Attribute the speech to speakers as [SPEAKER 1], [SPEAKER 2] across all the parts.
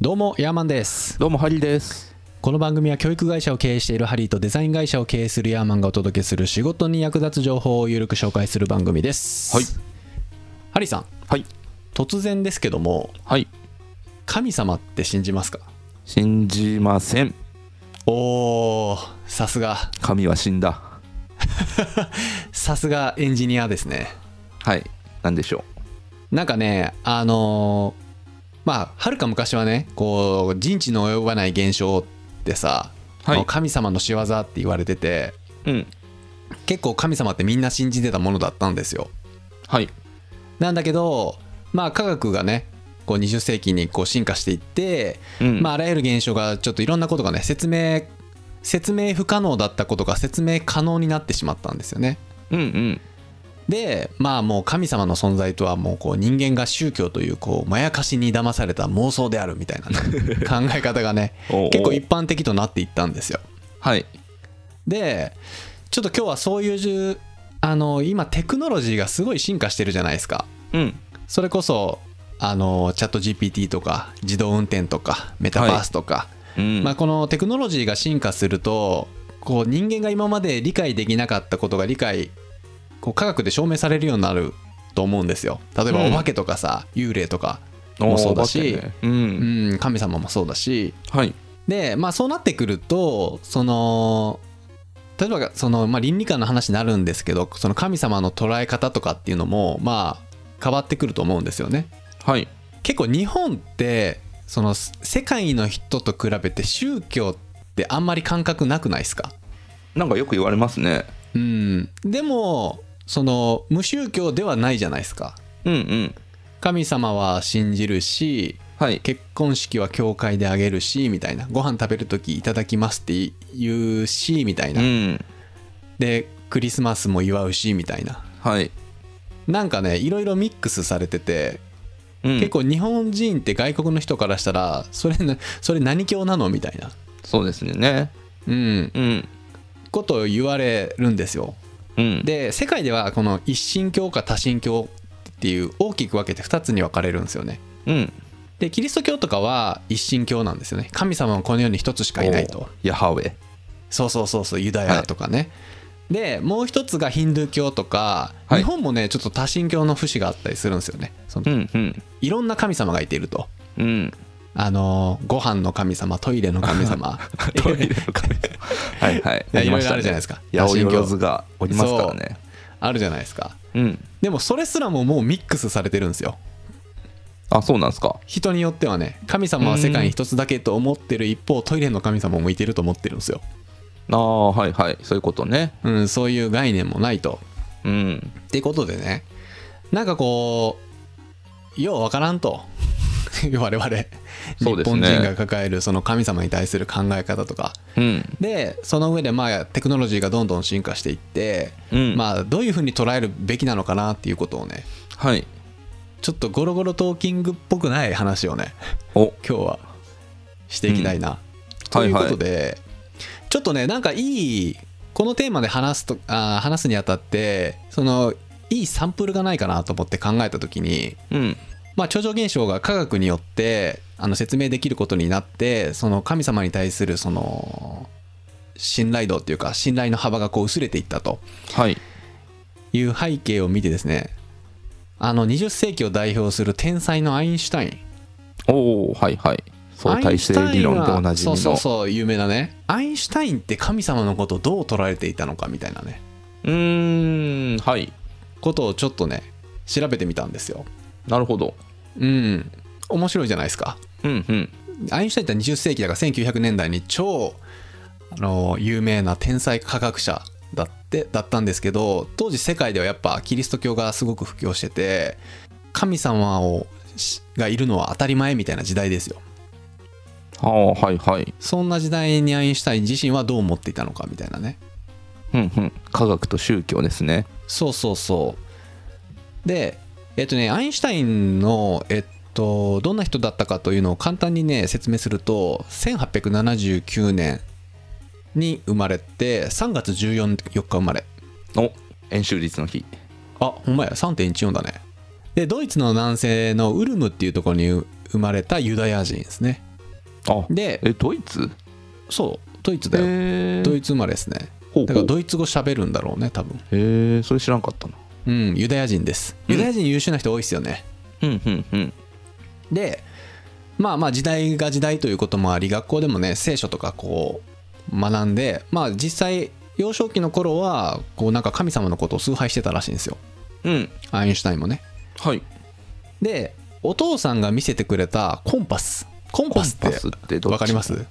[SPEAKER 1] どうもヤーマンです
[SPEAKER 2] どうもハリーです。
[SPEAKER 1] この番組は教育会社を経営しているハリーとデザイン会社を経営するヤーマンがお届けする仕事に役立つ情報をゆるく紹介する番組です
[SPEAKER 2] はい
[SPEAKER 1] ハリーさん
[SPEAKER 2] はい
[SPEAKER 1] 突然ですけども
[SPEAKER 2] はい。
[SPEAKER 1] 神様って信じますか
[SPEAKER 2] 信じません。
[SPEAKER 1] おーさすが
[SPEAKER 2] 神は死んだ。
[SPEAKER 1] さすがエンジニアですね
[SPEAKER 2] はい。なんでしょ
[SPEAKER 1] なんかねあのーまあはるか昔はねこう人知の及ばない現象ってさ、
[SPEAKER 2] はい
[SPEAKER 1] まあ神様の仕業って言われてて
[SPEAKER 2] う。うん。
[SPEAKER 1] 結構神様ってみんな信じてたものだったんですよ
[SPEAKER 2] はい。
[SPEAKER 1] なんだけどまあ科学がねこう20世紀にこう進化していって、
[SPEAKER 2] うん
[SPEAKER 1] まあ、あらゆる現象がちょっといろんなことがね説明説明不可能だったことが説明可能になってしまったんですよね
[SPEAKER 2] うんうん。
[SPEAKER 1] でまあもう神様の存在とはもうこう人間が宗教というこうまやかしに騙された妄想であるみたいなね、 考え方がね
[SPEAKER 2] おうおう
[SPEAKER 1] 結構一般的となっていったんですよ
[SPEAKER 2] はい。
[SPEAKER 1] でちょっと今日はそういうじゅあの今テクノロジーがすごい進化してるじゃないですか
[SPEAKER 2] うん。
[SPEAKER 1] それこそあのチャット GPT とか自動運転とかメタバースとか、
[SPEAKER 2] うん。
[SPEAKER 1] まあ、このテクノロジーが進化するとこう人間が今まで理解できなかったことが理解こう科学で証明されるようになると思うんですよ例えば
[SPEAKER 2] う
[SPEAKER 1] お
[SPEAKER 2] ん
[SPEAKER 1] 化けとかさ、幽霊とか
[SPEAKER 2] お
[SPEAKER 1] も
[SPEAKER 2] ー
[SPEAKER 1] そうだし、
[SPEAKER 2] バッテンねうん。
[SPEAKER 1] うん、神様もそうだし
[SPEAKER 2] はい。
[SPEAKER 1] でまあそうなってくるとその例えばその、まあ、倫理観の話になるんですけどその神様の捉え方とかっていうのもまあ変わってくると思うんですよね。
[SPEAKER 2] はい。
[SPEAKER 1] 結構日本ってその世界の人と比べて宗教ってあんまり感覚なくないですか
[SPEAKER 2] なんかよく言われますね。
[SPEAKER 1] うんでもその無宗教ではないじゃないですか
[SPEAKER 2] うんうん。
[SPEAKER 1] 神様は信じるし
[SPEAKER 2] はい。
[SPEAKER 1] 結婚式は教会であげるしみたいなご飯食べる時いただきますって言うしみたいうな、
[SPEAKER 2] ん。
[SPEAKER 1] でクリスマスも祝うしみたいな
[SPEAKER 2] はい。
[SPEAKER 1] なんかねいろいろミックスされてて
[SPEAKER 2] うん、
[SPEAKER 1] 結構日本人って外国の人からしたらそれなそれ何教なのみたいな
[SPEAKER 2] そうですね。
[SPEAKER 1] うん、
[SPEAKER 2] うん。
[SPEAKER 1] ことを言われるんですよ
[SPEAKER 2] うん。
[SPEAKER 1] で世界ではこの一神教か多神教っていう大きく分けて2つに分かれるんですよね
[SPEAKER 2] うん。
[SPEAKER 1] でキリスト教とかは一神教なんですよね神様はこの世に一つしかいない
[SPEAKER 2] お
[SPEAKER 1] と
[SPEAKER 2] ー。ヤハウェ。
[SPEAKER 1] そうそうそうそうユダヤとかね、でもう一つがヒンドゥー教とか、
[SPEAKER 2] はい
[SPEAKER 1] 日本もねちょっと多神教の節があったりするんですよねその
[SPEAKER 2] うんうん。
[SPEAKER 1] いろんな神様がいていると
[SPEAKER 2] うん。
[SPEAKER 1] あのーご飯の神様トイレの神 様
[SPEAKER 2] トイレの神様。 はいはい。
[SPEAKER 1] いや
[SPEAKER 2] やりまし
[SPEAKER 1] いろいろ
[SPEAKER 2] た
[SPEAKER 1] あるじゃないですか
[SPEAKER 2] 八百万がおりますからね。
[SPEAKER 1] あるじゃないですか
[SPEAKER 2] うん。
[SPEAKER 1] でもそれすらももうミックスされてるんですよ
[SPEAKER 2] あ、そうなんですか。
[SPEAKER 1] 人によってはね神様は世界に一つだけと思ってる一方トイレの神様もいてると思ってるんですよ、
[SPEAKER 2] ああ、はいはい。そういうことね。
[SPEAKER 1] うん、そういう概念もないと
[SPEAKER 2] うん。
[SPEAKER 1] ってことでねなんかこうようわからんと 我々、
[SPEAKER 2] そう
[SPEAKER 1] 日
[SPEAKER 2] です
[SPEAKER 1] 本
[SPEAKER 2] ね
[SPEAKER 1] 人が抱えるその神様に対する考え方とか
[SPEAKER 2] うん。
[SPEAKER 1] でその上でまあテクノロジーがどんどん進化していって、
[SPEAKER 2] うん
[SPEAKER 1] まあどういうふうに捉えるべきなのかなっていうことをね
[SPEAKER 2] はい。
[SPEAKER 1] ちょっとゴロゴロトーキングっぽくない話をね
[SPEAKER 2] お、
[SPEAKER 1] 今日はしていきたいな、と
[SPEAKER 2] はいいう
[SPEAKER 1] こ
[SPEAKER 2] はい
[SPEAKER 1] とで、ちょっとねなんかいいこのテーマで話すとあー話すにあたってそのいいサンプルがないかなと思って考えた時に
[SPEAKER 2] うん。
[SPEAKER 1] まあ超常現象が科学によってあの説明できることになってその神様に対するその信頼度っていうか信頼の幅がこう薄れていったと
[SPEAKER 2] はい。
[SPEAKER 1] いう背景を見てですねあの20世紀を代表する天才のアインシュタイン
[SPEAKER 2] おおはいはい。相対性理論でおなじみ
[SPEAKER 1] アインシュタインはそう
[SPEAKER 2] の。
[SPEAKER 1] そうそう有名なねアインシュタインって神様のことをどう捉えていたのかみたいなね
[SPEAKER 2] うーん、はい。
[SPEAKER 1] ことをちょっとね調べてみたんですよ
[SPEAKER 2] なるほど。
[SPEAKER 1] うん面白いじゃないですか
[SPEAKER 2] うんうん。
[SPEAKER 1] アインシュタインって20世紀だから1900年代に超あの有名な天才科学者だってだったんですけど当時世界ではやっぱキリスト教がすごく布教してて神様をしがいるのは当たり前みたいな時代ですよ
[SPEAKER 2] ああ、はいはい。
[SPEAKER 1] そんな時代にアインシュタイン自身はどう思っていたのかみたいなね
[SPEAKER 2] うんうん。科学と宗教ですね。
[SPEAKER 1] そうそうそうでえっとねアインシュタインのえっとどんな人だったかというのを簡単にね説明すると1879年に生まれて3月14日生まれ
[SPEAKER 2] お、円周率の日。
[SPEAKER 1] あほんまや3.14だねでドイツの南西のウルムっていうところに生まれたユダヤ人ですね
[SPEAKER 2] あ
[SPEAKER 1] で
[SPEAKER 2] えドイツ
[SPEAKER 1] そうドイツだよ
[SPEAKER 2] え
[SPEAKER 1] ドイツ生まれですね
[SPEAKER 2] ほう
[SPEAKER 1] だか
[SPEAKER 2] ほ
[SPEAKER 1] ら
[SPEAKER 2] う
[SPEAKER 1] ドイツ語喋るんだろうね多分
[SPEAKER 2] へえそれ知らんかったな
[SPEAKER 1] うんユダヤ人です
[SPEAKER 2] うん
[SPEAKER 1] ユダヤ人優秀な人多いですよね、
[SPEAKER 2] うんうんうん
[SPEAKER 1] でまあまあ時代が時代ということもあり学校でもね聖書とかこう学んでまあ実際幼少期の頃はこうなんか神様のことを崇拝してたらしいんですよ
[SPEAKER 2] うん
[SPEAKER 1] アインシュタインもね
[SPEAKER 2] はい
[SPEAKER 1] でお父さんが見せてくれたコンパスコンパス
[SPEAKER 2] コン
[SPEAKER 1] っ
[SPEAKER 2] パスって
[SPEAKER 1] て
[SPEAKER 2] どっち
[SPEAKER 1] わかります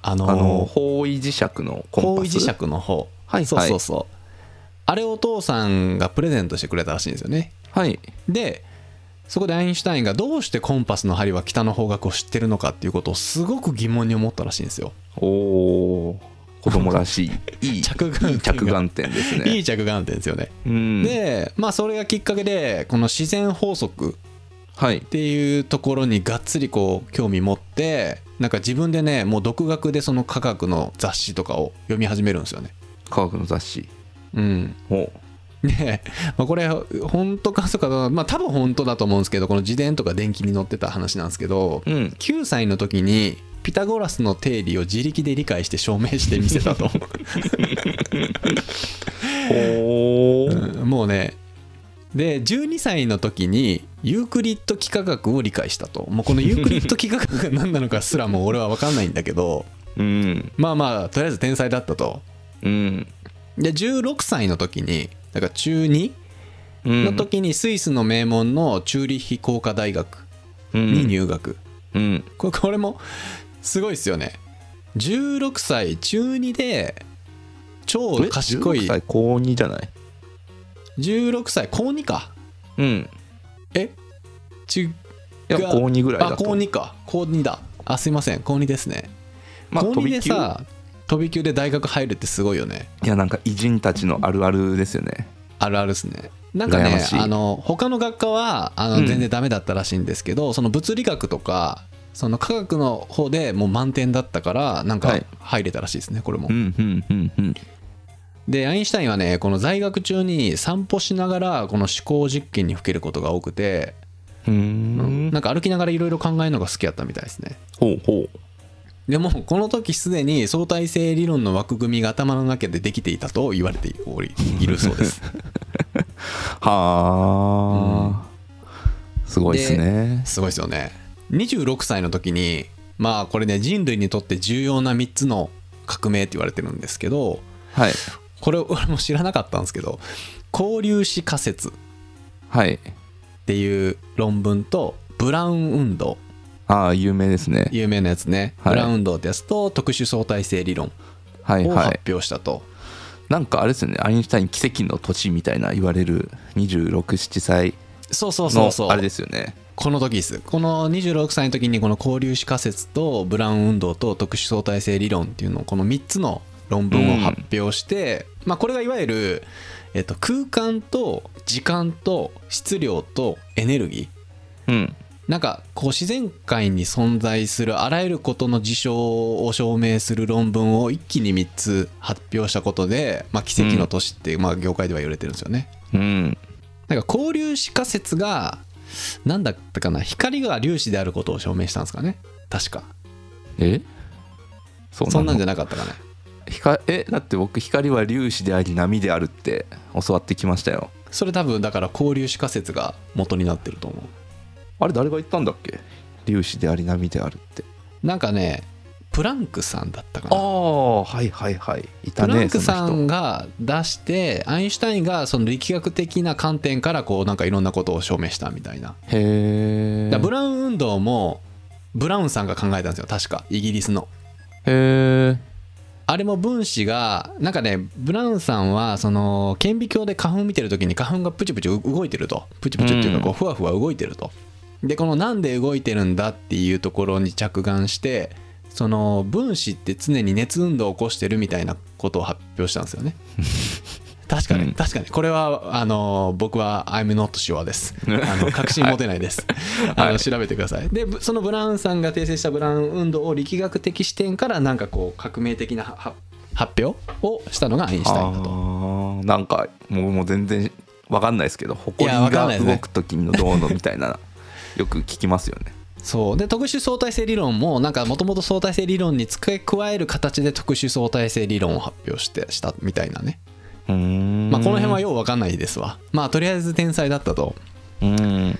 [SPEAKER 1] あの
[SPEAKER 2] あの方位磁石のコ
[SPEAKER 1] 方
[SPEAKER 2] ンパス
[SPEAKER 1] 位磁石の方
[SPEAKER 2] はい
[SPEAKER 1] そうそうそう、あれをお父さんがプレゼントしてくれたらしいんですよね
[SPEAKER 2] はい
[SPEAKER 1] でそこでアインシュタインがどうしてコンパスの針は北の方角を知ってるのかっていうことをすごく疑問に思ったらしいんですよ
[SPEAKER 2] おお子供らし いいい
[SPEAKER 1] 着眼点が
[SPEAKER 2] いい着眼点ですね
[SPEAKER 1] いい着眼点ですよね、
[SPEAKER 2] うん、
[SPEAKER 1] でまあそれがきっかけでこの自然法則
[SPEAKER 2] はい
[SPEAKER 1] っていうところにがっつりこう興味持ってなんか自分でねもう独学でその科学の雑誌とかを読み始めるんですよね
[SPEAKER 2] 科学の雑誌
[SPEAKER 1] うん
[SPEAKER 2] お
[SPEAKER 1] で、まあ、これ本当かそうかまあ多分本当だと思うんですけどこの自伝とか電気に載ってた話なんですけど
[SPEAKER 2] うん
[SPEAKER 1] 9歳の時にピタゴラスの定理を自力で理解して証明してみせたと
[SPEAKER 2] おお、
[SPEAKER 1] うんもうねで12歳の時にユークリッド幾何学を理解したともうこのユークリッド幾何学が何なのかすらもう俺は分かんないんだけど
[SPEAKER 2] うん
[SPEAKER 1] まあまあとりあえず天才だったと
[SPEAKER 2] うん
[SPEAKER 1] で16歳の時にだから中2
[SPEAKER 2] うん
[SPEAKER 1] の時にスイスの名門のチューリッヒ工科大学に入学、
[SPEAKER 2] うん
[SPEAKER 1] これこれもすごいですよね16歳中2で超
[SPEAKER 2] え
[SPEAKER 1] 賢い
[SPEAKER 2] 16歳高2じゃない
[SPEAKER 1] 16歳高2か
[SPEAKER 2] うん
[SPEAKER 1] えち
[SPEAKER 2] いや
[SPEAKER 1] が
[SPEAKER 2] 高2ぐらい
[SPEAKER 1] あ
[SPEAKER 2] だと
[SPEAKER 1] 高2か高2だあすいません高2ですね、
[SPEAKER 2] まあ
[SPEAKER 1] 高
[SPEAKER 2] 飛
[SPEAKER 1] 2
[SPEAKER 2] び
[SPEAKER 1] で
[SPEAKER 2] 級い
[SPEAKER 1] さ飛び級で大学入るってすごいよね
[SPEAKER 2] やなんか偉人たちのあるあるですよね
[SPEAKER 1] あるあるですねなんか
[SPEAKER 2] 羨ま
[SPEAKER 1] ね
[SPEAKER 2] しい
[SPEAKER 1] あの他の学科はあ
[SPEAKER 2] う
[SPEAKER 1] の
[SPEAKER 2] ん
[SPEAKER 1] 全然ダメだったらしいんですけど、その物理学とかその科学の方でもう満点だったからなん
[SPEAKER 2] は
[SPEAKER 1] か
[SPEAKER 2] い
[SPEAKER 1] 入れたらしいですねこれも、
[SPEAKER 2] うんうんうんうん
[SPEAKER 1] でアインシュタインはねこの在学中に散歩しながらこの思考実験にふけることが多くて、
[SPEAKER 2] うーん
[SPEAKER 1] なんか歩きながらいろいろ考えるのが好きだったみたいですね
[SPEAKER 2] ほうほ
[SPEAKER 1] でもこの時すでに相対性理論の枠組みが頭の中でできていたと言われておりいるそうです
[SPEAKER 2] うはあ、すごいですね
[SPEAKER 1] すごいですよね26歳の時にまあこれね人類にとって重要な3つの革命って言われてるんですけど
[SPEAKER 2] はい
[SPEAKER 1] これ 俺も知らなかったんですけど交粒子仮説っ
[SPEAKER 2] はい
[SPEAKER 1] ていう論文とブラウン運動
[SPEAKER 2] ああ有名ですね
[SPEAKER 1] 有名なやつね、
[SPEAKER 2] はい
[SPEAKER 1] ブラウンドってやつと特殊相対性理論
[SPEAKER 2] はい
[SPEAKER 1] を
[SPEAKER 2] はい
[SPEAKER 1] 発表したと、
[SPEAKER 2] なんかあれですよねアインシュタイン奇跡の土地みたいな言われる267歳
[SPEAKER 1] そうそうそうそう
[SPEAKER 2] のあれですよね
[SPEAKER 1] この時ですこの26歳の時にこの交流子仮説とブラウン運動と特殊相対性理論っていうのをこの3つの論文を発表して、まあこれがいわゆる、えっと、空間と時間と質量とエネルギー
[SPEAKER 2] うん
[SPEAKER 1] なんかこう自然界に存在するあらゆることの事象を証明する論文を一気に3つ発表したことで、まあ、奇跡の都市って、まあ、業界では言われてるんですよね。
[SPEAKER 2] うん
[SPEAKER 1] なんか交流子仮説が何だったかな光が粒子であることを証明したんですかね確か
[SPEAKER 2] えそう
[SPEAKER 1] そんな
[SPEAKER 2] なの
[SPEAKER 1] んじゃなかったかね
[SPEAKER 2] 光えだって僕光は粒子であり波であるって教わってきましたよ
[SPEAKER 1] それ多分だから交流子仮説が元になってると思
[SPEAKER 2] あれ誰が言ったんだっけ粒子であり波であるって
[SPEAKER 1] うなんかねプランクさんだったか
[SPEAKER 2] あ
[SPEAKER 1] な
[SPEAKER 2] あはいはいはいいた
[SPEAKER 1] プ
[SPEAKER 2] ね
[SPEAKER 1] ランクさ
[SPEAKER 2] その人
[SPEAKER 1] んが出してアインシュタインがその力学的な観点からこうなんかいろんなことを証明したみたいな、
[SPEAKER 2] へえ
[SPEAKER 1] だからブラウン運動もブラウンさんが考えたんですよ確かイギリスの
[SPEAKER 2] へえ
[SPEAKER 1] あれも分子がなんかねブラウンさんはその顕微鏡で花粉見てる時に花粉がプチプチ動いてるとプチプチっていうかこうふわふわ動いてると、でこのなんで動いてるんだっていうところに着眼してその分子って常に熱運動を起こしてるみたいなことを発表したんですよね確かに、
[SPEAKER 2] うん
[SPEAKER 1] 確かにこれはあの僕は I'm not sure ですあの確信持てないです、あの調べてくださいでぶそのブラウンさんが訂正したブラウン運動を力学的視点からなんかこう革命的なはは発表をしたのがアインシュタインだと
[SPEAKER 2] あーなんかもうもう全然わかんないですけど埃
[SPEAKER 1] いやわかんないで
[SPEAKER 2] が
[SPEAKER 1] すね
[SPEAKER 2] 動く時のどうのみたい なよく聞きますよね
[SPEAKER 1] そうで特殊相対性理論もなんかもともと相対性理論に付け加える形で特殊相対性理論を発表してしたみたいなね、
[SPEAKER 2] うーん
[SPEAKER 1] まあ、この辺はよう分かんないですわまあとりあえず天才だったと
[SPEAKER 2] うーん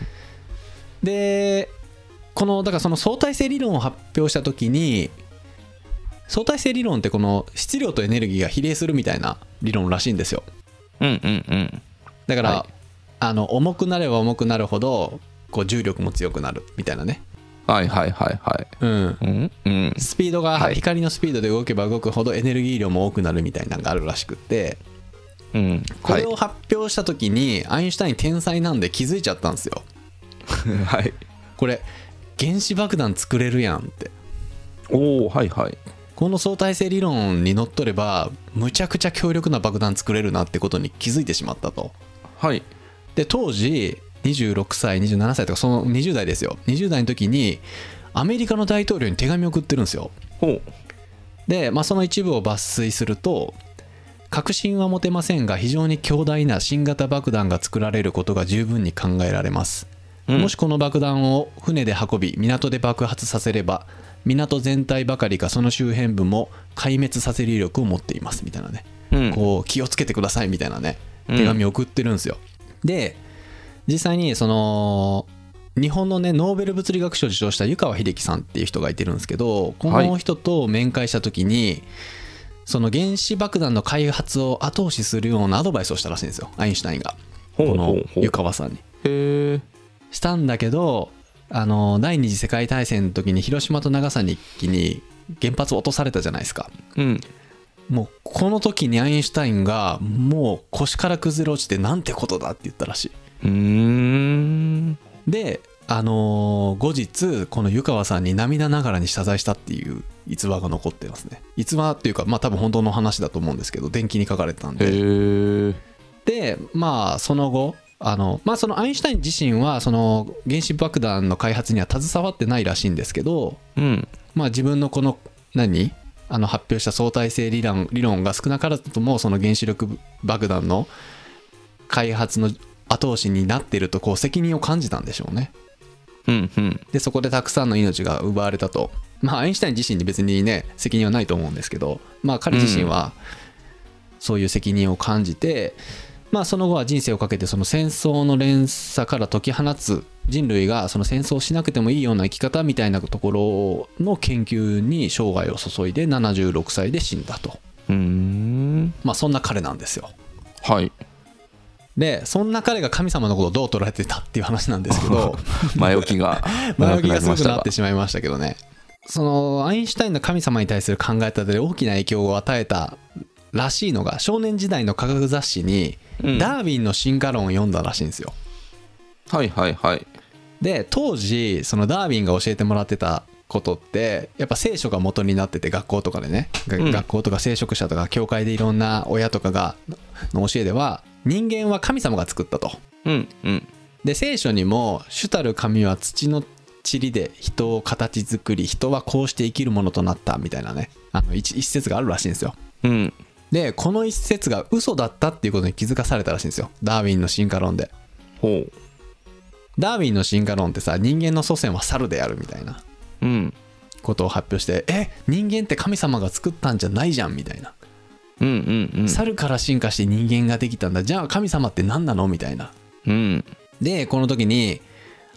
[SPEAKER 1] でこのだからその相対性理論を発表した時に相対性理論ってこの質量とエネルギーが比例するみたいな理論らしいんですよ
[SPEAKER 2] うんうんうん
[SPEAKER 1] だから、
[SPEAKER 2] はい
[SPEAKER 1] あの重くなれば重くなるほどこう重力も強くなるみたいなね
[SPEAKER 2] はいはいはいは
[SPEAKER 1] うん
[SPEAKER 2] いうんうん
[SPEAKER 1] スピードが、
[SPEAKER 2] はい
[SPEAKER 1] 光のスピードで動けば動くほどエネルギー量も多くなるみたいなのがあるらしくって
[SPEAKER 2] うん
[SPEAKER 1] こ
[SPEAKER 2] は
[SPEAKER 1] れ
[SPEAKER 2] い
[SPEAKER 1] を発表した時にアインシュタイン天才なんで気づいちゃったんですよ
[SPEAKER 2] はい
[SPEAKER 1] これ原子爆弾作れるやんって
[SPEAKER 2] おおはいはい
[SPEAKER 1] この相対性理論にのっとればむちゃくちゃ強力な爆弾作れるなってことに気づいてしまったと
[SPEAKER 2] はい
[SPEAKER 1] で当時26歳27歳とかその20代ですよ20代の時にアメリカの大統領に手紙を送ってるんですよ
[SPEAKER 2] ほう
[SPEAKER 1] で、まあ、その一部を抜粋すると確信は持てませんが非常に強大な新型爆弾が作られることが十分に考えられます、
[SPEAKER 2] うん
[SPEAKER 1] もしこの爆弾を船で運び港で爆発させれば港全体ばかりかその周辺部も壊滅させる威力を持っていますみたいなね、
[SPEAKER 2] うん
[SPEAKER 1] こう気をつけてくださいみたいなね
[SPEAKER 2] うん
[SPEAKER 1] 手紙を送ってるんですよ、で実際にその日本のねノーベル物理学賞を受賞した湯川秀樹さんっていう人がいてるんですけどこの人と面会した時に、その原子爆弾の開発を後押しするようなアドバイスをしたらしいんですよアインシュタインが
[SPEAKER 2] ほう
[SPEAKER 1] こ
[SPEAKER 2] ほ
[SPEAKER 1] の
[SPEAKER 2] うほう
[SPEAKER 1] 湯川さんに
[SPEAKER 2] へえ
[SPEAKER 1] したんだけどあの第二次世界大戦の時に広島と長崎に原発を落とされたじゃないですか
[SPEAKER 2] うん
[SPEAKER 1] もうこの時にアインシュタインがもう腰から崩れ落ちてなんてことだって言ったらしいう
[SPEAKER 2] ーん
[SPEAKER 1] であのー後日この湯川さんに涙ながらに謝罪したっていう逸話が残ってますね逸話っていうかまあ多分本当の話だと思うんですけど電気に書かれてたん
[SPEAKER 2] へ
[SPEAKER 1] で
[SPEAKER 2] え
[SPEAKER 1] でまあその後あのまあそのアインシュタイン自身はその原子爆弾の開発には携わってないらしいんですけど
[SPEAKER 2] うん
[SPEAKER 1] まあ自分のこの何あの発表した相対性理論理論が少なからずともその原子力爆弾の開発の後押しになっているとこう責任を感じたんでしょうね。
[SPEAKER 2] うんうん
[SPEAKER 1] でそこでたくさんの命が奪われたとまあアインシュタイン自身に別にね責任はないと思うんですけどまあ彼自身はそういう責任を感じて、まあその後は人生をかけてその戦争の連鎖から解き放つ人類がその戦争をしなくてもいいような生き方みたいなところの研究に生涯を注いで76歳で死んだと
[SPEAKER 2] うーん
[SPEAKER 1] まあそんな彼なんですよ
[SPEAKER 2] はい
[SPEAKER 1] でそんな彼が神様のことをどう捉えてたっていう話なんですけ ど
[SPEAKER 2] 前置きが
[SPEAKER 1] 前置きがすごくなっ
[SPEAKER 2] が
[SPEAKER 1] てしまいましたけどねそのアインシュタインの神様に対する考え方で大きな影響を与えたらしいのが少年時代の科学雑誌に
[SPEAKER 2] うん
[SPEAKER 1] ダーウィンの進化論を読んだらしいんですよ
[SPEAKER 2] はいはいはい
[SPEAKER 1] で当時そのダーウィンが教えてもらってたことってやっぱ聖書が元になってて学校とかでね、が
[SPEAKER 2] うん
[SPEAKER 1] 学校とか聖職者とか教会でいろんな親とかがの教えでは人間は神様が作ったと
[SPEAKER 2] うんうん
[SPEAKER 1] で聖書にも「主たる神は土の塵で人を形作り人はこうして生きるものとなった」みたいなねあの一一節があるらしいんですよ
[SPEAKER 2] うん
[SPEAKER 1] でこの一節が嘘だったっていうことに気づかされたらしいんですよダーウィンの進化論で
[SPEAKER 2] ほう
[SPEAKER 1] ダーウィンの進化論ってさ人間の祖先は猿であるみたいな
[SPEAKER 2] うん
[SPEAKER 1] ことを発表してえ人間って神様が作ったんじゃないじゃんみたいな、
[SPEAKER 2] うんうんうん
[SPEAKER 1] 猿から進化して人間ができたんだじゃあ神様って何なのみたいな
[SPEAKER 2] うん
[SPEAKER 1] でこの時に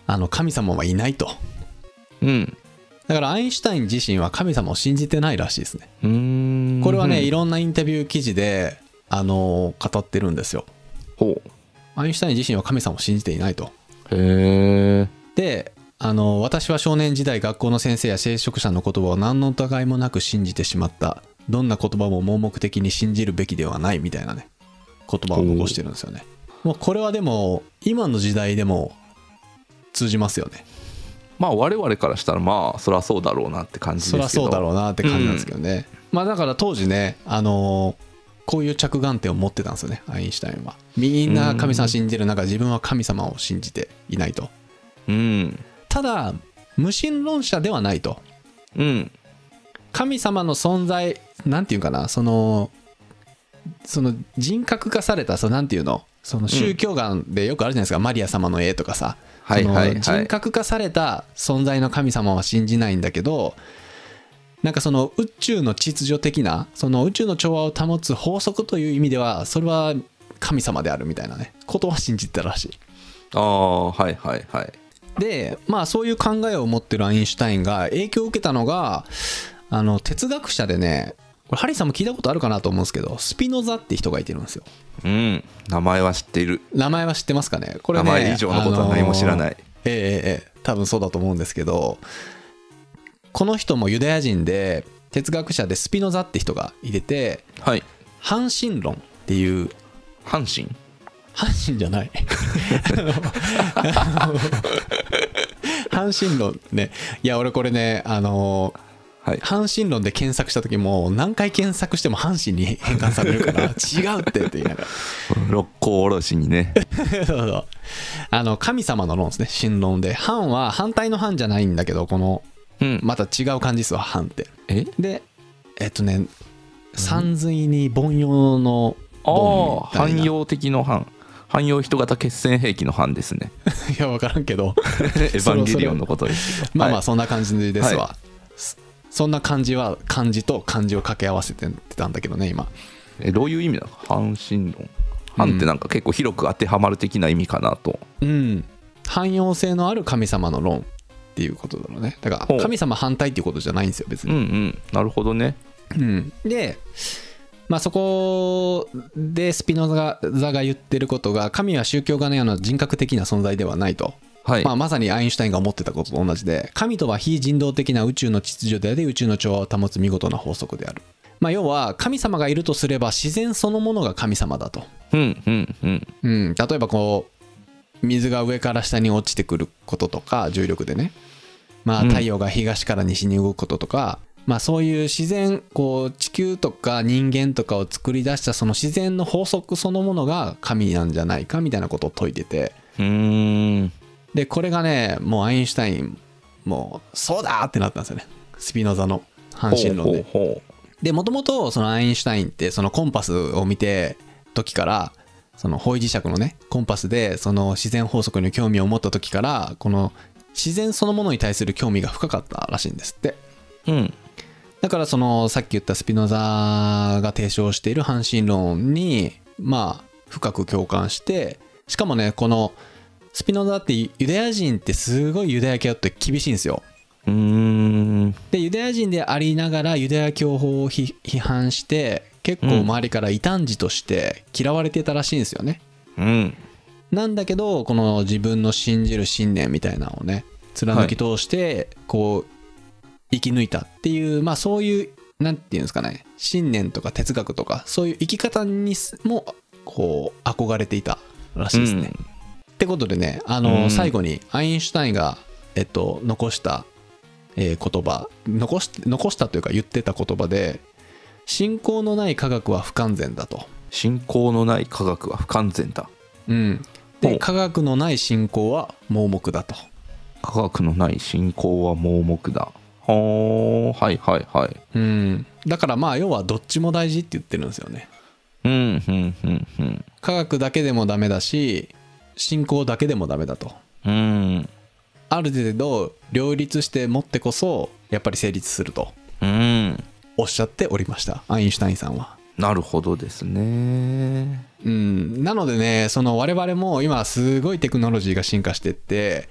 [SPEAKER 1] あの神様はいないと
[SPEAKER 2] うん
[SPEAKER 1] だからアインシュタイン自身は神様を信じてないらしいですね。
[SPEAKER 2] うーん
[SPEAKER 1] これはね、い
[SPEAKER 2] ろ
[SPEAKER 1] ろんなインタビュー記事で、あのー語ってるんですよ。
[SPEAKER 2] ほ
[SPEAKER 1] アインシュタイン自身は神様を信じていないと。
[SPEAKER 2] うへえ
[SPEAKER 1] で、あのー私は少年時代学校の先生や聖職者の言葉を何の疑いもなく信じてしまった。どんな言葉も盲目的に信じるべきではないみたいなね、言葉を残してるんですよね。もうこれはでも、今の時代でも通じますよね。
[SPEAKER 2] まあ我々からしたらまあそりゃそうだろうなって感じです
[SPEAKER 1] そ
[SPEAKER 2] け
[SPEAKER 1] り
[SPEAKER 2] ど
[SPEAKER 1] ゃそうだろうなって感じなんですけどね、まあだから当時ねあのーこういう着眼点を持ってたんですよねアインシュタインはみんな神様信じる中自分は神様を信じていないと
[SPEAKER 2] うん
[SPEAKER 1] ただ無神論者ではないと
[SPEAKER 2] うん
[SPEAKER 1] 神様の存在なんていうかなそのその人格化されたそのなんていうのその宗教眼でよくあるじゃないですか、マリア様の絵とかさ、
[SPEAKER 2] はいはいはい
[SPEAKER 1] その人格化された存在の神様は信じないんだけどなんかその宇宙の秩序的なその宇宙の調和を保つ法則という意味ではそれは神様であるみたいなねことは信じてたらしい。
[SPEAKER 2] ああはいはいはい
[SPEAKER 1] でまあそういう考えを持ってるアインシュタインが影響を受けたのがあの哲学者でねこれハリーさんも聞いたことあるかなと思うんですけどスピノザって人がいてるんですよ
[SPEAKER 2] うん名前は知っている
[SPEAKER 1] 名前は知ってますかねこれね
[SPEAKER 2] 名前以上のことは何も知らない
[SPEAKER 1] あのーええええええ多分そうだと思うんですけどこの人もユダヤ人で哲学者でスピノザって人がいてて
[SPEAKER 2] はい
[SPEAKER 1] 半神論っていう
[SPEAKER 2] 阪神
[SPEAKER 1] 阪神じゃないあの阪神論ねいや俺これねあの
[SPEAKER 2] はい
[SPEAKER 1] 阪神論で検索した時も何回検索しても阪神に変換されるから違うってって言いながら
[SPEAKER 2] 六甲おろしにね
[SPEAKER 1] そうそうあの神様の論ですね神論で反は反対の反じゃないんだけどこの
[SPEAKER 2] うん
[SPEAKER 1] また違う感じですわ反って
[SPEAKER 2] え
[SPEAKER 1] でえっとね三髄に凡庸の
[SPEAKER 2] あ
[SPEAKER 1] 凡
[SPEAKER 2] あ
[SPEAKER 1] みたいな
[SPEAKER 2] 汎用的の汎汎用人型決戦兵器の汎で すね
[SPEAKER 1] いや分からんけ ど
[SPEAKER 2] エヴァンゲリオンのことですけど
[SPEAKER 1] まあま
[SPEAKER 2] は
[SPEAKER 1] あ
[SPEAKER 2] い
[SPEAKER 1] そんな感じですわ、
[SPEAKER 2] は
[SPEAKER 1] そそんな感じは漢字と漢字を掛け合わせてたんだけどね今
[SPEAKER 2] えどういう意味なの半神論半ってなんか結構広く当てはまる的な意味かなと、
[SPEAKER 1] うん汎用性のある神様の論っていうことだろうねだか
[SPEAKER 2] ほ
[SPEAKER 1] ら
[SPEAKER 2] う
[SPEAKER 1] 神様反対っていうことじゃないんですよ別
[SPEAKER 2] うん
[SPEAKER 1] に、
[SPEAKER 2] うんなるほどね
[SPEAKER 1] うんでまあそこでスピノザザが言ってることが神は宗教画のような人格的な存在ではないと
[SPEAKER 2] はい、
[SPEAKER 1] まあ、まさにアインシュタインが思ってたことと同じで神とは非人道的な宇宙の秩序であり宇宙の調和を保つ見事な法則である、まあ、要は神様がいるとすれば自然そのものが神様だと、
[SPEAKER 2] うんうんうん
[SPEAKER 1] うん、例えばこう水が上から下に落ちてくることとか重力でね、まあ、
[SPEAKER 2] うん
[SPEAKER 1] 太陽が東から西に動くこととか、まあ、そういう自然こう地球とか人間とかを作り出したその自然の法則そのものが神なんじゃないかみたいなことを説いてて。
[SPEAKER 2] うーん
[SPEAKER 1] でこれがねもうアインシュタインもうそうだーってなったんですよねスピノザの半身論で
[SPEAKER 2] ほうほうほ
[SPEAKER 1] でもともとそのアインシュタインってそのコンパスを見て時からその方位磁石のねコンパスでその自然法則に興味を持った時からこの自然そのものに対する興味が深かったらしいんですって
[SPEAKER 2] ううん
[SPEAKER 1] だからそのさっき言ったスピノザが提唱している半身論にまあ深く共感してしかもねこのスピノザってユダヤ人ってすごいユダヤ教って厳しいんですよ
[SPEAKER 2] うーん
[SPEAKER 1] でユダヤ人でありながらユダヤ教法を批批判して結構周りから異端児として嫌われてたらしいんですよね、
[SPEAKER 2] うん
[SPEAKER 1] なんだけどこの自分の信じる信念みたいなのをね貫き通してこう生き抜いたっていう、まあそういうなんていうんですかね信念とか哲学とかそういう生き方にすもこう憧れていたらしいですね。ってことでねあの、
[SPEAKER 2] うん
[SPEAKER 1] 最後にアインシュタインが、えっと、残した、えー言葉残し残したというか言ってた言葉で「信仰のない科学は不完全だ」と。
[SPEAKER 2] 信仰のない科学は不完全だ
[SPEAKER 1] うん、
[SPEAKER 2] ほ
[SPEAKER 1] で
[SPEAKER 2] う
[SPEAKER 1] 科学のない信仰は盲目だと。
[SPEAKER 2] 科学のない信仰は盲目だほーはいはいはい
[SPEAKER 1] うん、だからまあ要はどっちも大事って言ってるんですよね。
[SPEAKER 2] うんうんうんうん
[SPEAKER 1] 科学だけでもダメだし信仰だけでもダメだと。
[SPEAKER 2] うん
[SPEAKER 1] ある程度両立してもってこそやっぱり成立すると
[SPEAKER 2] うん
[SPEAKER 1] おっしゃっておりましたアインシュタインさんは。
[SPEAKER 2] なるほどですね
[SPEAKER 1] うん、なのでねその我々も今すごいテクノロジーが進化してって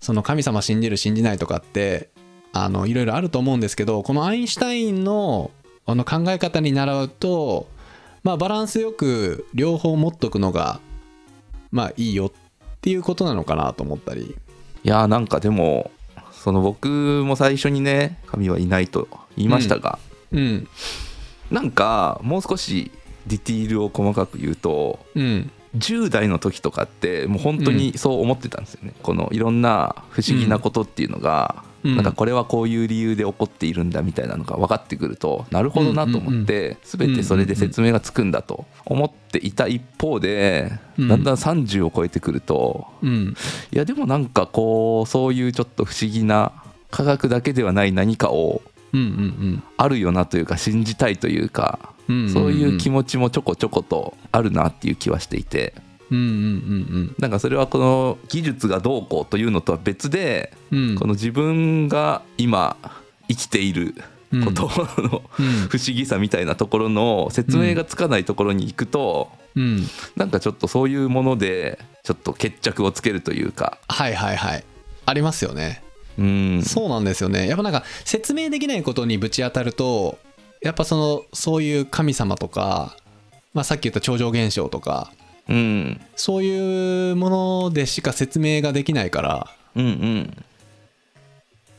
[SPEAKER 1] その神様信じる信じないとかってあのいろいろあると思うんですけどこのアインシュタインのあの考え方に習うと、まあ、バランスよく両方持っとくのがまあいいよっていうことなのかなと思ったり
[SPEAKER 2] いやーなんかでもその僕も最初にね神はいないと言いましたが、
[SPEAKER 1] うん
[SPEAKER 2] なんかもう少しディティールを細かく言うと
[SPEAKER 1] うん
[SPEAKER 2] 10代の時とかってもう本当にそう思ってたんですよね、このいろんな不思議なことっていうのが、
[SPEAKER 1] うん
[SPEAKER 2] なんかこれはこういう理由で起こっているんだみたいなのが分かってくるとなるほどなと思って全てそれで説明がつくんだと思っていた一方で
[SPEAKER 1] うん
[SPEAKER 2] だんだん30を超えてくると
[SPEAKER 1] うん
[SPEAKER 2] いやでもなんかこうそういうちょっと不思議な科学だけではない何かを
[SPEAKER 1] うんうん
[SPEAKER 2] あるよなというか信じたいというか
[SPEAKER 1] うんんん
[SPEAKER 2] そういう気持ちもちょこちょことあるなっていう気はしていて
[SPEAKER 1] うんうん
[SPEAKER 2] なんかそれはこの技術がどうこうというのとは別で、
[SPEAKER 1] うんうんうん
[SPEAKER 2] この自分が今生きていることの、
[SPEAKER 1] うん
[SPEAKER 2] 不思議さみたいなところの説明がつかないところに行くと、
[SPEAKER 1] うん
[SPEAKER 2] なんかちょっとそういうものでちょっと決着をつけるというか、
[SPEAKER 1] はいはいはいありますよね
[SPEAKER 2] うん、
[SPEAKER 1] そうなんですよねやっぱなんか説明できないことにぶち当たるとやっぱそのそういう神様とか、まあ、さっき言った超常現象とか
[SPEAKER 2] うん、
[SPEAKER 1] そういうものでしか説明ができないから
[SPEAKER 2] うんうん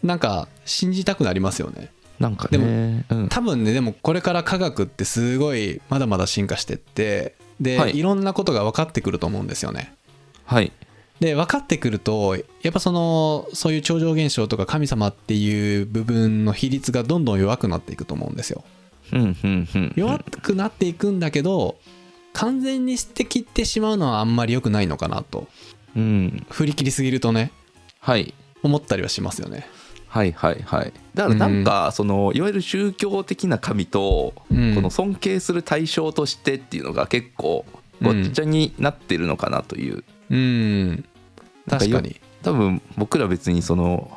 [SPEAKER 1] なんか信じたくなりますよね
[SPEAKER 2] なんかねうん
[SPEAKER 1] 多分ねでもこれから科学ってすごいまだまだ進化してってで、
[SPEAKER 2] はい
[SPEAKER 1] い、ろんなことが分かってくると思うんですよね
[SPEAKER 2] はい
[SPEAKER 1] で分かってくるとやっぱそのそういう超常現象とか神様っていう部分の比率がどんどん弱くなっていくと思うんですよ
[SPEAKER 2] うんうんうん
[SPEAKER 1] 弱くなっていくんだけど完全に捨て切ってしまうのはあんまり良くないのかなと
[SPEAKER 2] うん
[SPEAKER 1] 振り切りすぎるとね
[SPEAKER 2] はい
[SPEAKER 1] 思ったりはしますよね
[SPEAKER 2] はいはいはいだからなんかそのいわゆる宗教的な神とこ
[SPEAKER 1] うん
[SPEAKER 2] の尊敬する対象としてっていうのが結構ごっちゃになってるのかなという
[SPEAKER 1] うん
[SPEAKER 2] んか
[SPEAKER 1] 確
[SPEAKER 2] よ
[SPEAKER 1] かに
[SPEAKER 2] 多分僕ら別にその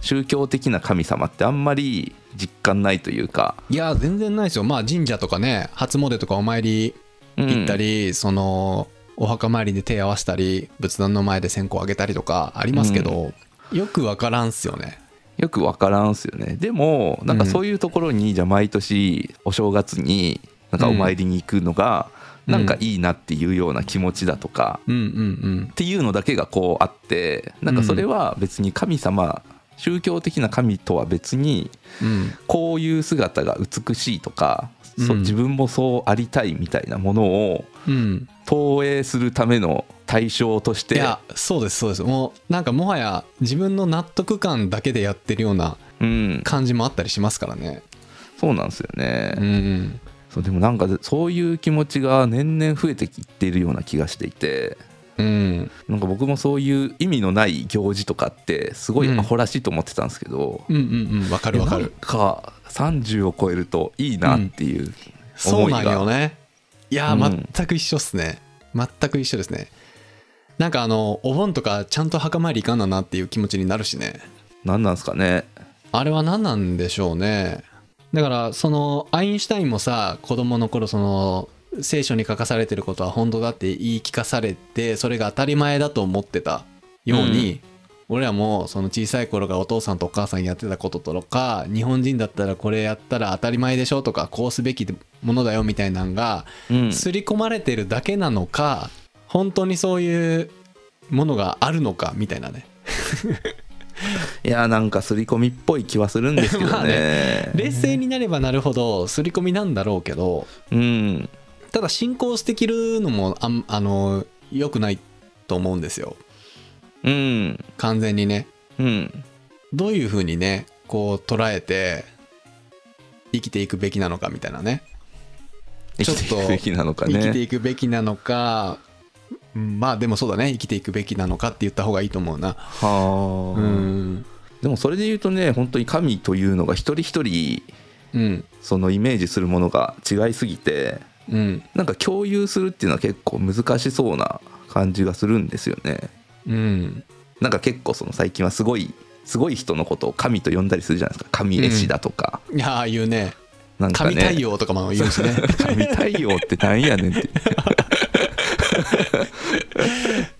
[SPEAKER 2] 宗教的な神様ってあんまり実感ないというか、
[SPEAKER 1] いや全然ないですよまあ神社とかね初詣とかお参り
[SPEAKER 2] うん
[SPEAKER 1] 行ったり、そのお墓参りで手合わせたり仏壇の前で線香あげたりとかありますけど、よくわからんっすよね
[SPEAKER 2] よく分からんすよねでもなんか
[SPEAKER 1] うん
[SPEAKER 2] そういうところにじゃあ毎年お正月になんかお参りに行くのが
[SPEAKER 1] うん
[SPEAKER 2] なんかいいなっていうような気持ちだとか、
[SPEAKER 1] うんうん
[SPEAKER 2] っていうのだけがこうあってなんかそれは別に神様宗教的な神とは別に
[SPEAKER 1] うんうん
[SPEAKER 2] こういう姿が美しいとか、そ
[SPEAKER 1] う
[SPEAKER 2] う
[SPEAKER 1] ん
[SPEAKER 2] 自分もそうありたいみたいなものを
[SPEAKER 1] うん
[SPEAKER 2] 投影するための対象とし
[SPEAKER 1] い
[SPEAKER 2] て
[SPEAKER 1] やそうですそうですもうなんかもはや自分の納得感だけでやってるような
[SPEAKER 2] うん、
[SPEAKER 1] 感じもあったりしますからね
[SPEAKER 2] そうなんですよね、
[SPEAKER 1] うん
[SPEAKER 2] そうでもなんかそういう気持ちが年々増えてきているような気がしていて
[SPEAKER 1] うん
[SPEAKER 2] なんか僕もそういう意味のない行事とかってすごいアホらしいと思ってたんですけど、
[SPEAKER 1] うんうんうんわかるわか
[SPEAKER 2] なん
[SPEAKER 1] る
[SPEAKER 2] か30を超えるといいなっていう
[SPEAKER 1] そ
[SPEAKER 2] 思
[SPEAKER 1] う
[SPEAKER 2] い
[SPEAKER 1] なん
[SPEAKER 2] が、
[SPEAKER 1] よねいや
[SPEAKER 2] う
[SPEAKER 1] ー
[SPEAKER 2] ん
[SPEAKER 1] 全く一緒っすね、全く一緒ですねなんかあのお盆とかちゃんと墓参り行かんだなっていう気持ちになるしね
[SPEAKER 2] 何なんですかね
[SPEAKER 1] あれは何なんでしょうねだからそのアインシュタインもさ子供の頃その聖書に書かされてることは本当だって言い聞かされてそれが当たり前だと思ってたように、俺らもその小さい頃がお父さんとお母さんやってたこととか日本人だったらこれやったら当たり前でしょとかこうすべきものだよみたいなのが
[SPEAKER 2] うん
[SPEAKER 1] 刷り込まれてるだけなのか本当にそういうものがあるのかみたいなね
[SPEAKER 2] いやなんか刷り込みっぽい気はするんです け
[SPEAKER 1] ま
[SPEAKER 2] ど
[SPEAKER 1] あ
[SPEAKER 2] ね
[SPEAKER 1] 冷静になればなるほど刷り込みなんだろうけど
[SPEAKER 2] うん
[SPEAKER 1] ただ進行してきるのもあんあの良くないと思うんですよ
[SPEAKER 2] うん
[SPEAKER 1] 完全にね
[SPEAKER 2] うん
[SPEAKER 1] どういうふうにねこう捉えて生きていくべきなのかみたいなね
[SPEAKER 2] 生きていくべきなのかね
[SPEAKER 1] 生きていくべきなのかうんまあでもそうだね生きていくべきなのかって言った方がいいと思うな
[SPEAKER 2] はあ、
[SPEAKER 1] うん
[SPEAKER 2] でもそれで言うとね本当に神というのが一人一人
[SPEAKER 1] うん
[SPEAKER 2] そのイメージするものが違いすぎて
[SPEAKER 1] うん
[SPEAKER 2] なんか共有するっていうのは結構難しそうな感じがするんですよね
[SPEAKER 1] うん
[SPEAKER 2] なんか結構その最近はすごいすごい人のことを神と呼んだりするじゃないですか神絵師だとか、
[SPEAKER 1] いやあ言うね
[SPEAKER 2] なんかね
[SPEAKER 1] 神対応とかも言うし ね
[SPEAKER 2] 神対応ってなんやねんって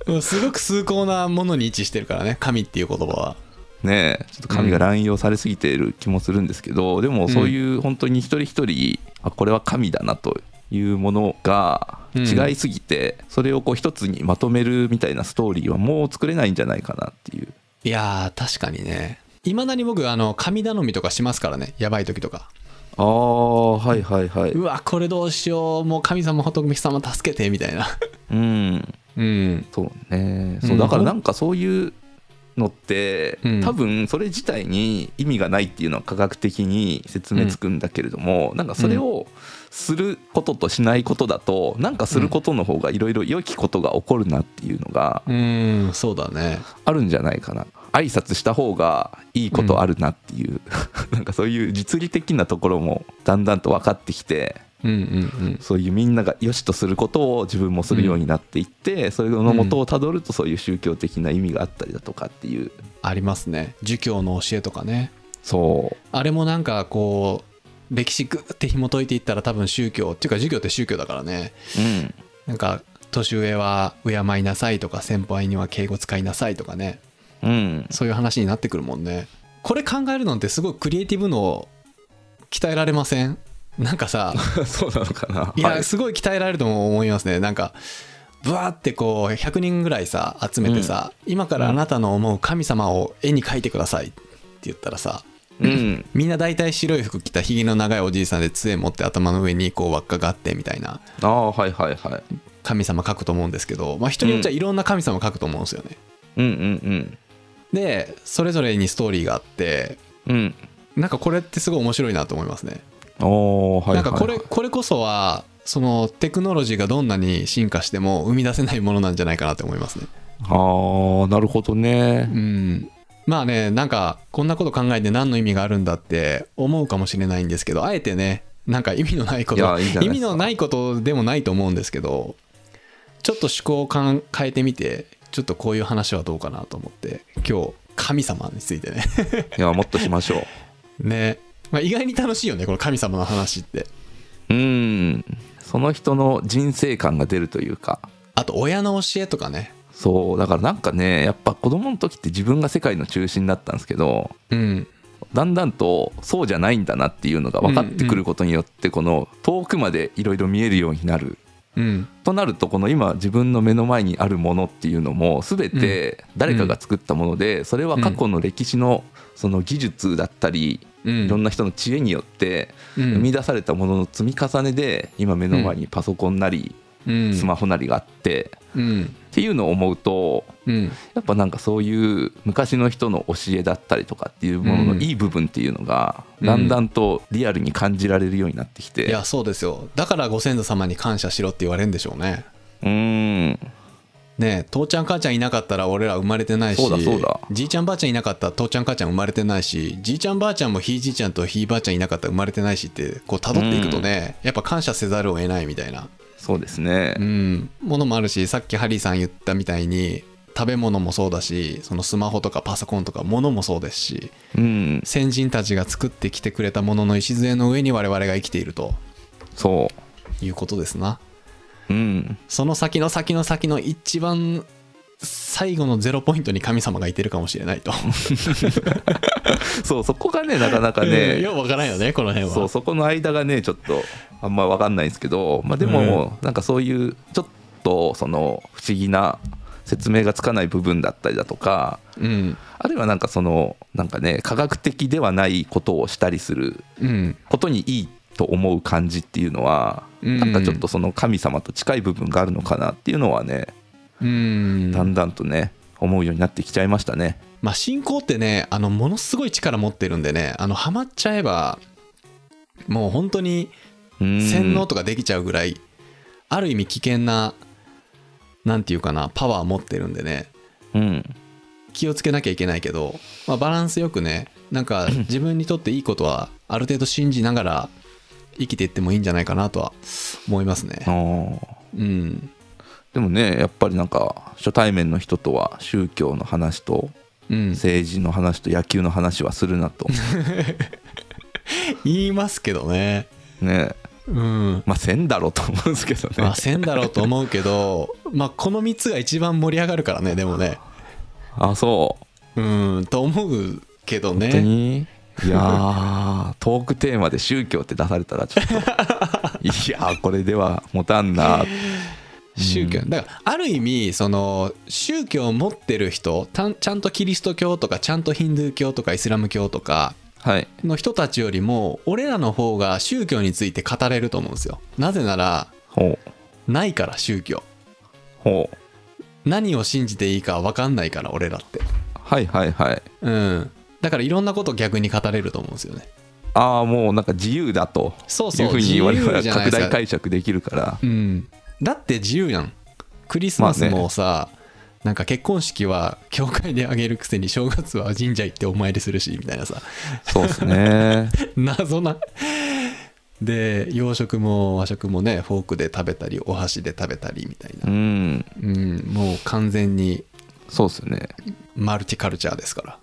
[SPEAKER 1] うんすごく崇高なものに位置してるからね神っていう言葉は
[SPEAKER 2] ねえちょっと神が乱用されすぎている気もするんですけど、でもそういう本当に一人一人あこれは神だなというものが
[SPEAKER 1] うん
[SPEAKER 2] 違いすぎて、それをこう一つにまとめるみたいなストーリーはもう作れないんじゃないかなっていう
[SPEAKER 1] いやー確かにねいまだに僕あの神頼みとかしますからねやばい時とか
[SPEAKER 2] ああはいはいはいう
[SPEAKER 1] わこれどうしようもう神様仏様助けてみたいな
[SPEAKER 2] うん
[SPEAKER 1] うん
[SPEAKER 2] そうね
[SPEAKER 1] うん
[SPEAKER 2] そうだからなんかそういうのって、
[SPEAKER 1] うん
[SPEAKER 2] 多分それ自体に意味がないっていうのは科学的に説明つくんだけれども、なんかそれをすることとしないことだとなんかすることの方がいろいろ良きことが起こるなっていうのが
[SPEAKER 1] うんそうだね
[SPEAKER 2] あるんじゃないかな挨拶した方がいい ことあるなっていう、なんかそういう実利的なところもだんだんと分かってきて
[SPEAKER 1] うんうん
[SPEAKER 2] そういうみんなが良しとすることを自分もするようになっていって、それの元をたどるとそういう宗教的な意味があったりだとかっていう
[SPEAKER 1] ありますね儒教の教えとかね
[SPEAKER 2] そう
[SPEAKER 1] あれもなんかこう歴史グーって紐解いていったら多分宗教っていうか儒教って宗教だからね
[SPEAKER 2] うん
[SPEAKER 1] なんか年上は敬いなさいとか先輩には敬語使いなさいとかね
[SPEAKER 2] うん
[SPEAKER 1] そういう話になってくるもんねこれ考えるのってすごいクリエイティブの鍛えられませんなんかさ
[SPEAKER 2] そうなのかない
[SPEAKER 1] やすごい鍛えられると思いますねなんかブワーってこう100人ぐらいさ集めてさ、今からあなたの思う神様を絵に描いてくださいって言ったらさ
[SPEAKER 2] うん
[SPEAKER 1] みんな大体白い服着たひげの長いおじいさんで杖持って頭の上にこう輪っかがあってみたいな
[SPEAKER 2] ああはいはいはい
[SPEAKER 1] 神様描くと思うんですけど、まあ、人によっちゃいろんな神様描くと思うんですよね。
[SPEAKER 2] うんうん
[SPEAKER 1] でそれぞれにストーリーがあって
[SPEAKER 2] うんうん
[SPEAKER 1] なんかこれってすごい面白いなと思いますね。
[SPEAKER 2] おおはい
[SPEAKER 1] な
[SPEAKER 2] は
[SPEAKER 1] ん
[SPEAKER 2] い、
[SPEAKER 1] かこれこれこそはそのテクノロジーがどんなに進化しても生み出せないものなんじゃないかなって思いますね。
[SPEAKER 2] ああなるほど
[SPEAKER 1] う
[SPEAKER 2] ね
[SPEAKER 1] んまあねなんかこんなこと考えて何の意味があるんだって思うかもしれないんですけどあえてねなんか意味のないこ
[SPEAKER 2] いや
[SPEAKER 1] と
[SPEAKER 2] いいじゃないですか
[SPEAKER 1] 意味のないことでもないと思うんですけどちょっと趣向をかん変えてみてちょっとこういう話はどうかなと思って今日神様について ね
[SPEAKER 2] いやもっとしましょ
[SPEAKER 1] ね、まあ、意外に楽しいよねこの神様の話って
[SPEAKER 2] ううんその人の人生観が出るというか
[SPEAKER 1] あと親の教えとかね
[SPEAKER 2] そうだからなんかねやっぱ子供の時って自分が世界の中心だったんですけど
[SPEAKER 1] うん
[SPEAKER 2] だんだんとそうじゃないんだなっていうのが分かってくることによってこの遠くまでいろいろ見えるようになる
[SPEAKER 1] うん
[SPEAKER 2] となるとこの今自分の目の前にあるものっていうのも全て誰かが作ったものでそれは過去の歴史のその技術だったり
[SPEAKER 1] うん
[SPEAKER 2] いろんな人の知恵によって
[SPEAKER 1] うん
[SPEAKER 2] 生み出されたものの積み重ねで今目の前にパソコンなり
[SPEAKER 1] うん
[SPEAKER 2] スマホなりがあって
[SPEAKER 1] うん
[SPEAKER 2] っていうのを思うと
[SPEAKER 1] うん
[SPEAKER 2] やっぱなんかそういう昔の人の教えだったりとかっていうもの
[SPEAKER 1] う
[SPEAKER 2] の
[SPEAKER 1] ん
[SPEAKER 2] いい部分っていうのが
[SPEAKER 1] うん
[SPEAKER 2] だんだんとリアルに感じられるようになってきて
[SPEAKER 1] いやそうですよだからご先祖様に感謝しろって言われるんでしょうね
[SPEAKER 2] うーん
[SPEAKER 1] ねえ父ちゃん母ちゃんいなかったら俺ら生まれてないし
[SPEAKER 2] そうだそうだ
[SPEAKER 1] じいちゃんばあちゃんいなかったら父ちゃん母ちゃん生まれてないしじいちゃんばあちゃんもひいじいちゃんとひいばあちゃんいなかったら生まれてないしってこう辿っていくとね、やっぱ感謝せざるを得ないみたいな、
[SPEAKER 2] そうですね
[SPEAKER 1] うん、ものもあるしさっきハリーさん言ったみたいに食べ物もそうだしそのスマホとかパソコンとか物もそうですし
[SPEAKER 2] うん
[SPEAKER 1] 先人たちが作ってきてくれたものの礎の上に我々が生きていると
[SPEAKER 2] そ
[SPEAKER 1] いうことですな。
[SPEAKER 2] ううん
[SPEAKER 1] その先の先の先の一番最後のゼロポイントに神様がいてるかもしれないと。
[SPEAKER 2] そうそこがねなか なか
[SPEAKER 1] うんよ
[SPEAKER 2] ね
[SPEAKER 1] うわからんよね、この辺は。
[SPEAKER 2] そうそこの間がねちょっとあんま分かんないんですけど、まあ、でもなんかそういうちょっとその不思議な説明がつかない部分だったりだとか
[SPEAKER 1] うん。
[SPEAKER 2] あるいはなんかそのなんかね科学的ではないことをしたりする
[SPEAKER 1] うん。
[SPEAKER 2] ことにいいと思う感じっていうのは、
[SPEAKER 1] うん
[SPEAKER 2] なんかちょっとその神様と近い部分があるのかなっていうのはね、
[SPEAKER 1] うん。
[SPEAKER 2] だんだんとね思うようになってきちゃいましたね。
[SPEAKER 1] まあ、信仰ってね、あの、ものすごい力持ってるんでね、あの、ハマっちゃえば、もう本当に
[SPEAKER 2] うん
[SPEAKER 1] 洗脳とかできちゃうぐらい、ある意味危険な、なんていうかな、パワー持ってるんでね。
[SPEAKER 2] うん
[SPEAKER 1] 気をつけなきゃいけないけど、まあ、バランスよくねなんか自分にとっていいことはある程度信じながら生きていってもいいんじゃないかなとは思います
[SPEAKER 2] あ
[SPEAKER 1] ね
[SPEAKER 2] ー
[SPEAKER 1] うん
[SPEAKER 2] でもねやっぱりなんか初対面の人とは宗教の話と
[SPEAKER 1] うん
[SPEAKER 2] 政治の話と野球の話はするな と
[SPEAKER 1] 言いますけどね
[SPEAKER 2] ね
[SPEAKER 1] うん
[SPEAKER 2] まあせんだろうと思うんですけどね、
[SPEAKER 1] まあせんだろうと思うけどまあこの3つが一番盛り上がるからねでもね
[SPEAKER 2] あそう
[SPEAKER 1] うんと思うけど
[SPEAKER 2] 本当
[SPEAKER 1] ね
[SPEAKER 2] にいやートークテーマで宗教って出されたらちょ っといやーこれでは持たんな
[SPEAKER 1] 宗教だからある意味その宗教を持ってる人たんちゃんとキリスト教とかちゃんとヒンドゥー教とかイスラム教とか
[SPEAKER 2] はい
[SPEAKER 1] の人たちよりも俺らの方が宗教について語れると思うんですよなぜなら
[SPEAKER 2] ほう
[SPEAKER 1] ないから宗教
[SPEAKER 2] ほう
[SPEAKER 1] 何を信じていいか分かんないから俺らって
[SPEAKER 2] はいはいはい
[SPEAKER 1] うんだからいろんなこと逆に語れると思うんですよね
[SPEAKER 2] ああもうなんか自由だと
[SPEAKER 1] そう
[SPEAKER 2] い
[SPEAKER 1] そう
[SPEAKER 2] うふうに我々
[SPEAKER 1] 自
[SPEAKER 2] は
[SPEAKER 1] 由じゃない
[SPEAKER 2] 拡
[SPEAKER 1] ですか
[SPEAKER 2] 大解釈でき るから
[SPEAKER 1] うんだって自由やんクリスマス
[SPEAKER 2] まあね
[SPEAKER 1] もさ、なんか結婚式は教会であげるくせに正月は 神社行ってお参りするしみたいなさ
[SPEAKER 2] そうですね
[SPEAKER 1] 謎なで洋食も和食もねフォークで食べたりお箸で食べたりみたいな
[SPEAKER 2] う、ん
[SPEAKER 1] うん、もう完全に
[SPEAKER 2] そうっすよね
[SPEAKER 1] マルチカルチャーですから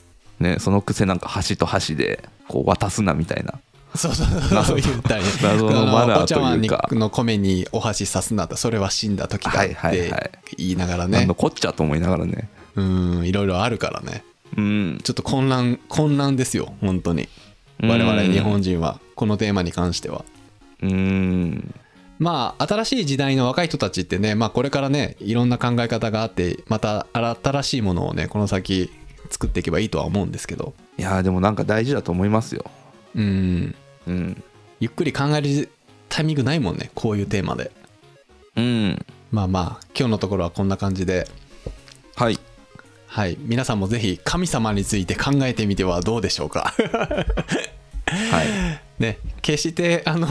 [SPEAKER 2] ねそのくせなんか箸と箸でこう渡すなみたいな
[SPEAKER 1] そうそうそうそう言ったり
[SPEAKER 2] 謎のマナー
[SPEAKER 1] お
[SPEAKER 2] と
[SPEAKER 1] 茶碗
[SPEAKER 2] いう
[SPEAKER 1] に
[SPEAKER 2] か
[SPEAKER 1] の米にお箸刺すなとそれは死んだ時だっ
[SPEAKER 2] はいはいは
[SPEAKER 1] て
[SPEAKER 2] い
[SPEAKER 1] 言いながら
[SPEAKER 2] なん
[SPEAKER 1] ね
[SPEAKER 2] のこっちゃと思いながらね
[SPEAKER 1] うんいろいろあるからね
[SPEAKER 2] うん
[SPEAKER 1] ちょっと混乱混乱ですよ本当に我々日本人はこのテーマに関しては
[SPEAKER 2] うん
[SPEAKER 1] まあ新しい時代の若い人たちってね、まあ、これからねいろんな考え方があってまた新しいものをねこの先作っていけばいいとは思うんですけど
[SPEAKER 2] いやーでもなんか大事だと思いますよ
[SPEAKER 1] うん
[SPEAKER 2] うん
[SPEAKER 1] ゆっくり考えるタイミングないもんねこういうテーマで
[SPEAKER 2] うん
[SPEAKER 1] まあまあ今日のところはこんな感じで
[SPEAKER 2] はい
[SPEAKER 1] はい皆さんもぜひ神様について考えてみてはどうでしょうか
[SPEAKER 2] はい
[SPEAKER 1] ね決してあの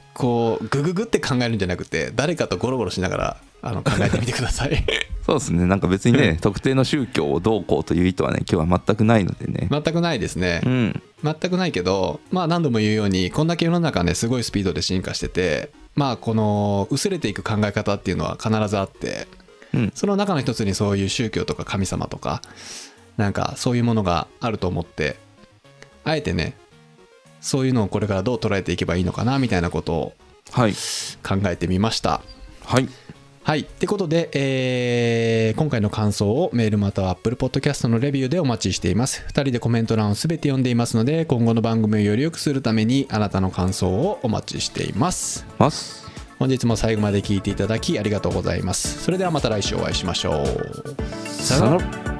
[SPEAKER 1] ーこうグググって考えるんじゃなくて誰かとゴロゴロしながらあの考えてみてください
[SPEAKER 2] そうですねなんか別にね特定の宗教をどうこうという意図はね今日は全くないのでね
[SPEAKER 1] 全くないですね
[SPEAKER 2] うん
[SPEAKER 1] 全くないけどまあ何度も言うようにこんだけ世の中ねすごいスピードで進化しててまあこの薄れていく考え方っていうのは必ずあって
[SPEAKER 2] うん
[SPEAKER 1] その中の一つにそういう宗教とか神様とかなんかそういうものがあると思ってあえてねそういうのをこれからどう捉えていけばいいのかなみたいなことを
[SPEAKER 2] はい
[SPEAKER 1] 考えてみました。
[SPEAKER 2] はい
[SPEAKER 1] はい。ってことで、えー今回の感想をメールまたは Apple Podcast のレビューでお待ちしています。2人でコメント欄をすべて読んでいますので、今後の番組をより良くするために、あなたの感想をお待ちしています。
[SPEAKER 2] ます
[SPEAKER 1] 本日も最後まで聞いていただきありがとうございます。それではまた来週お会いしましょう。さよなら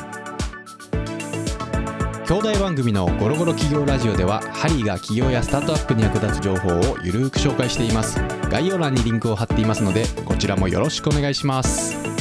[SPEAKER 1] 兄弟番組の「ゴロゴロ企業ラジオ」ではハリーが企業やスタートアップに役立つ情報をゆるーく紹介しています概要欄にリンクを貼っていますのでこちらもよろしくお願いします